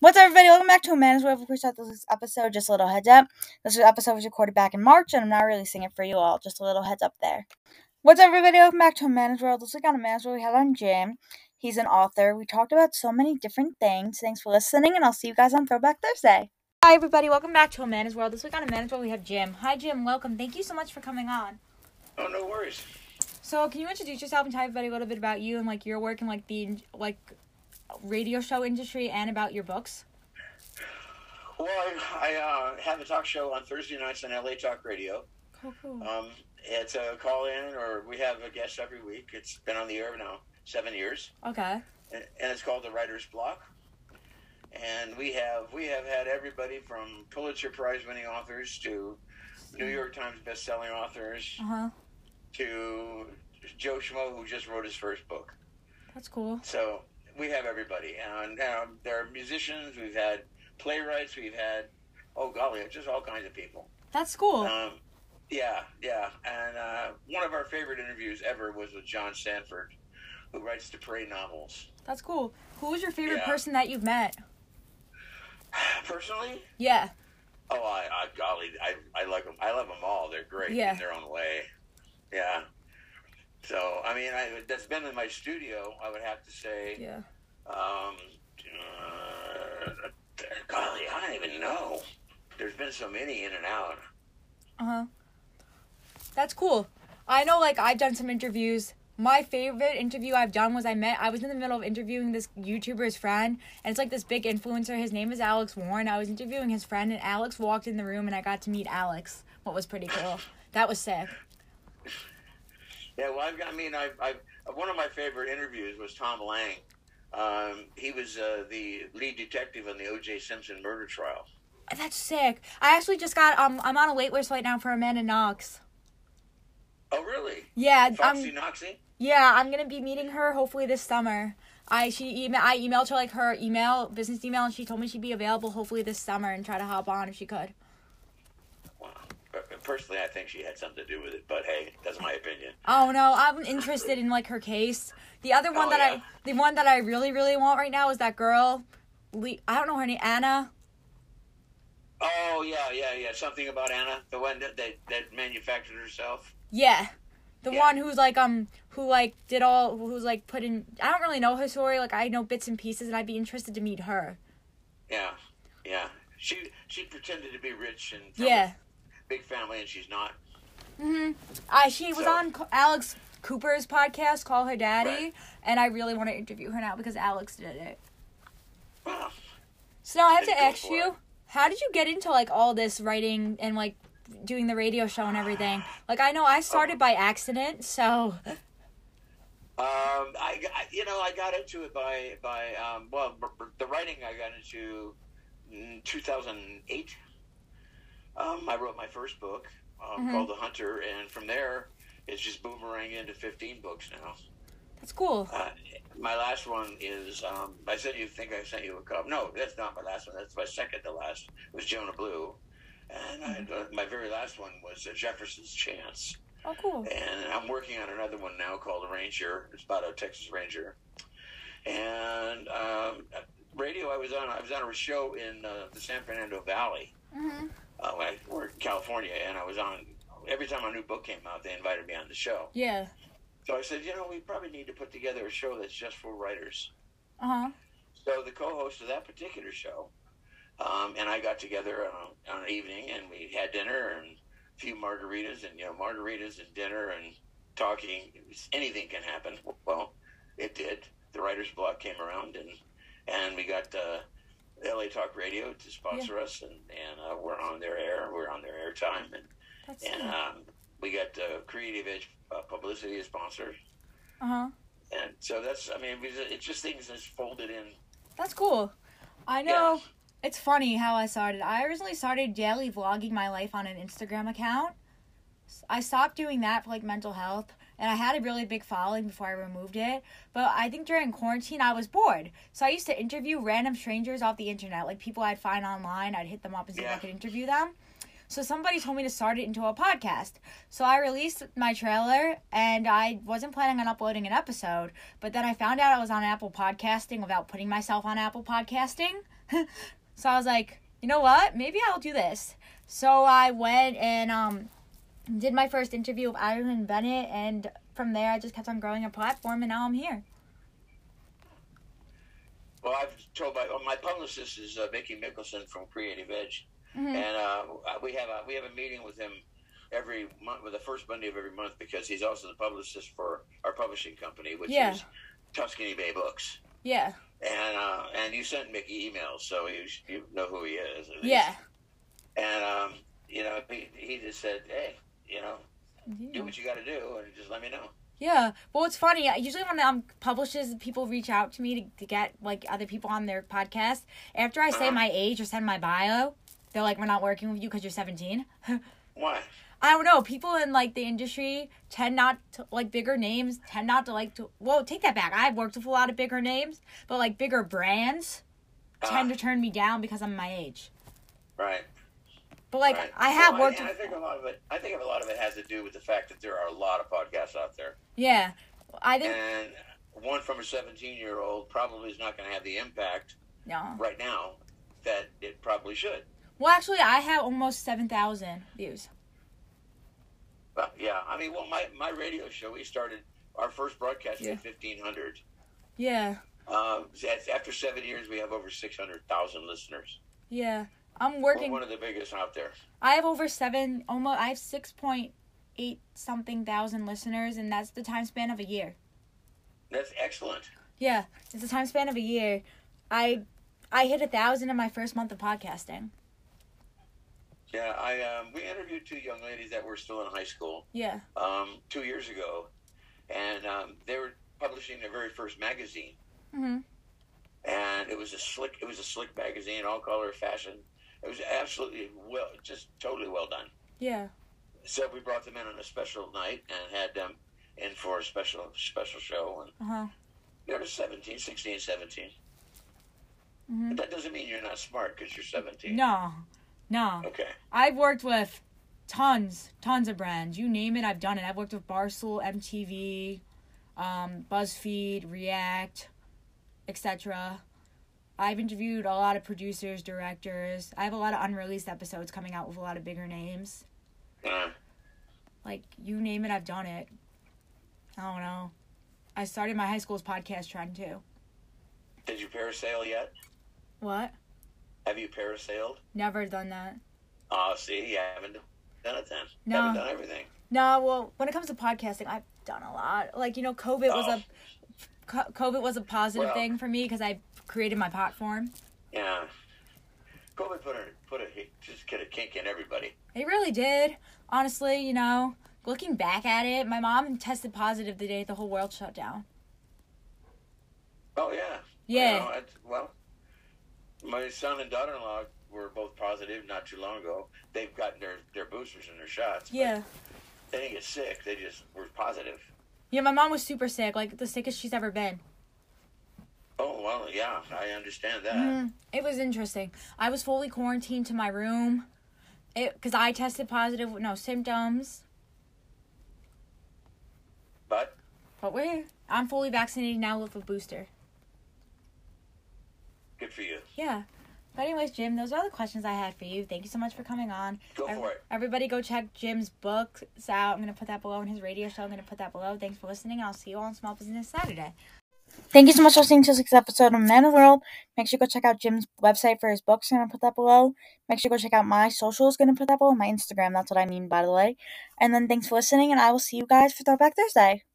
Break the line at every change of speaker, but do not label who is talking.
What's up, everybody? Welcome back to a man's world. Of course, out this episode. Just a little heads up. This episode was recorded back in March, and I'm not releasing it for you all. Just a little heads up there. What's up, everybody? Welcome back to a man's world. This week on a man's world, we had on Jim. He's an author. We talked about so many different things. Thanks for listening, and I'll see you guys on Throwback Thursday. Hi, everybody. Welcome back to a man's world. This week on a man's world, we have Jim. Hi, Jim. Welcome. Thank you so much for coming on.
Oh, no worries.
So, can you introduce yourself and tell everybody a little bit about you and like your work and like the like radio show industry and about your books?
Well, I, I uh, have a talk show on Thursday nights on LA Talk Radio.
Cool, cool.
Um, it's a call in, or we have a guest every week. It's been on the air now seven years,
Okay.
and, and it's called the Writer's Block. And we have we have had everybody from Pulitzer Prize winning authors to New York Times best-selling authors
Uh huh.
to Joe Schmo, who just wrote his first book.
That's cool.
So we have everybody, and um, there are musicians. We've had playwrights. We've had oh golly, just all kinds of people.
That's cool.
Um, yeah, yeah. And uh, one of our favorite interviews ever was with John Sanford, who writes the Prey novels.
That's cool. Who was your favorite
yeah.
person that you've met?
Personally,
Yeah.
oh, I, I golly, I, I like them. I love them all. They're great
Yeah.
in their own way. Yeah. So I mean, I, that's been in my studio. I would have to say.
Yeah.
Um, uh, golly, I don't even know. There's been so many in and out.
Uh huh. That's cool. I know, like, I've done some interviews. My favorite interview I've done was I met, I was in the middle of interviewing this YouTuber's friend, and it's like this big influencer. His name is Alex Warren. I was interviewing his friend, and Alex walked in the room, and I got to meet Alex, what was pretty cool. That was sick.
Yeah, well, I've, I mean, I've, I've, one of my favorite interviews was Tom Lang. Um, he was uh, the lead detective on the O.J. Simpson murder trial.
That's sick. I actually just got, um, I'm on a wait list right now for Amanda Knox.
Oh, really?
Yeah, um, I'm,
Foxy Noxy?
Yeah, I'm gonna be meeting her hopefully this summer. I she email I emailed her like her email business email and she told me she'd be available hopefully this summer and try to hop on if she could.
Wow. Per- Personally, I think she had something to do with it, but hey, that's my opinion.
Oh no, I'm interested in like her case. The other one
Oh,
that
yeah.
I the one that I really really want right now is that girl. Le- I don't know her name Anna.
Oh, yeah, yeah, yeah. Something about Anna, the one that, that, that manufactured herself.
Yeah. The
Yeah.
one who's like um who like did all who's like put in I don't really know her story like I know bits and pieces and I'd be interested to meet her.
Yeah, yeah. She she pretended to be rich and from a
Yeah.
big family, and she's not.
hmm I she was
So-
on Co- Alex Cooper's podcast, Call Her Daddy,
Right.
and I really want to interview her now because Alex did it.
Wow.
So now I have to
Then go
ask
for it.
you, how did you get into like all this writing and like doing the radio show and everything? Like I know I
Oh.
started by accident, so
Um, I, I- you know I got into it by by um, well b- b- the writing I got into in 2008. Um, I wrote my first book um,
Mhm.
called The Hunter, and from there it's just boomerang into 15 books now.
that's cool.
Uh, my last one is um, I sent you think I sent you a cup. No, that's not my last one. That's my second to last. It was Jonah Blue, and I, uh, my very last one was uh, Jefferson's Chance.
Oh, cool.
And I'm working on another one now called Ranger. It's about a Texas Ranger. And um, radio, I was on. I was on a show in uh, the San Fernando Valley.
hmm
Uh, when I worked in California, and I was on. Every time a new book came out, they invited me on the show.
Yeah.
So I said, you know, we probably need to put together a show that's just for writers.
Uh huh.
So the co-host of that particular show, um, and I got together on, a- on an evening, and we had dinner and a few margaritas, and you know, margaritas and dinner and talking. It was- Anything can happen. Well, it did. The writer's block came around, and and we got uh, LA Talk Radio to sponsor us, and and uh, we're on their air. We're on their airtime, and
That's
and
uh
um, we got uh, Creative Edge uh, Publicity as sponsor,
huh.
and so that's. I mean, it was- it's just things that's folded in.
That's cool. I know. It's funny how I started. I originally started daily vlogging my life on an Instagram account. S- I stopped doing that for like mental health, and I had a really big following before I removed it. But I think during quarantine, I was bored. So I used to interview random strangers off the internet, like people I'd find online. I'd hit them up and see if I
Yeah.
could interview them. So somebody told me to start it into a podcast. So I released my trailer and I wasn't planning on uploading an episode, but then I found out I was on Apple Podcasting without putting myself on Apple Podcasting. so I was like, you know what? Maybe I'll do this. So I went and um, did my first interview with Ireland Bennett, and from there I just kept on growing a platform, and now I'm here.
Well, I've told my well, my publicist is uh, Mickey Mickelson from Creative Edge,
Mhm.
and uh, we have a we have a meeting with him every month, with the first Monday of every month, because he's also the publicist for our publishing company, which
Yeah.
is Tuscany Bay Books.
Yeah,
And uh, and you sent Mickey emails, so you, sh- you know who he is. at least.
yeah.
And um, you know, he, he just said, "Hey, you know, do
Hmm.
what you got to do, and just let me know."
Yeah. Well, it's funny. I- Usually when um publishes, people reach out to me to, to get like other people on their podcast. After I say my age or send my bio, they're like, "We're not working with you because you're 17."
Why?
I don't know. People in like the industry tend not to like bigger names. Tend not to like to. Well, take that back. I've worked with a lot of bigger names, but like bigger brands tend to turn me down because I'm my age.
Right.
But like
right.
I have
Well,
worked.
And I
with,
think a lot of it. I think a lot of it has to do with the fact that there are a lot of podcasts out there,
yeah. I think
and one from a 17-year-old probably is not going to have the impact
no.
right now that it probably should.
Well, actually, I have almost seven thousand views.
But yeah, I mean, well, my my radio show we started our first broadcast
Yeah.
at 1,500.
Yeah.
Um, after seven years, we have over 600,000 listeners.
Yeah. I'm
We're
working.
one of the biggest out there.
I have over seven, almost. I have six point eight something thousand listeners, and that's the time span of a year.
That's excellent.
Yeah, it's the time span of a year. I, I hit a thousand in my first month of podcasting.
Yeah, I um, we interviewed two young ladies that were still in high school
Yeah,
um, two years ago, and um, they were publishing their very first magazine,
hmm
and it was a slick it was a slick magazine, all color fashion. It was absolutely well, just totally well done.
yeah,
So we brought them in on a special night and had them in for a special special show, and
uh huh,
they're 17, 16, 17.
hmm
But that doesn't mean you're not smart because you're 17.
No, no.
Okay.
I've worked with tons, tons of brands. You name it, I've done it. I've worked with Barstool, MTV, um, BuzzFeed, React, etc. I've interviewed a lot of producers, directors. I have a lot of unreleased episodes coming out with a lot of bigger names.
Uh,
Like you name it, I've done it. I don't know. I started my high school's podcast trend too.
did you parasail yet?
What?
Have you parasailed?
Never done that.
Oh, see, you haven't done it then.
No.
Haven't done everything.
No, well, when it comes to podcasting, I've done a lot. Like you know, COVID was a co- COVID was a positive
Well-
thing for me because I created my platform.
Yeah. COVID put a put a just get a kink in everybody.
It really did, honestly. You know, looking back at it, my mom tested positive the day the whole world shut down.
Oh yeah.
Yeah.
You know, it's- well, my son and daughter-in-law were both positive not too long ago. They've gotten their their boosters and their shots. but
Yeah,
They didn't get sick. They just were positive.
yeah. My mom was super sick, like the sickest she's ever been.
Oh well, yeah, I understand that.
Mhm. It was interesting. I was fully quarantined to my room, it because I tested positive with no symptoms.
But
But we're I'm fully vaccinated now with a booster.
good for you.
Yeah. But anyways, Jim, those are all the questions I had for you. Thank you so much for coming on.
Go
Ev-
for it.
Everybody go check Jim's books out. I'm going to put that below in his radio show. I'm going to put that below. Thanks for listening. I'll see you all on Small Business Saturday.
Thank you so much for listening to this episode of Man of the World. Make sure you go check out Jim's website for his books. I'm gonna put that below. Make sure you go check out my socials. Gonna put that below. My Instagram. That's what I mean, by the way. And then thanks for listening, and I will see you guys for Throwback Thursday.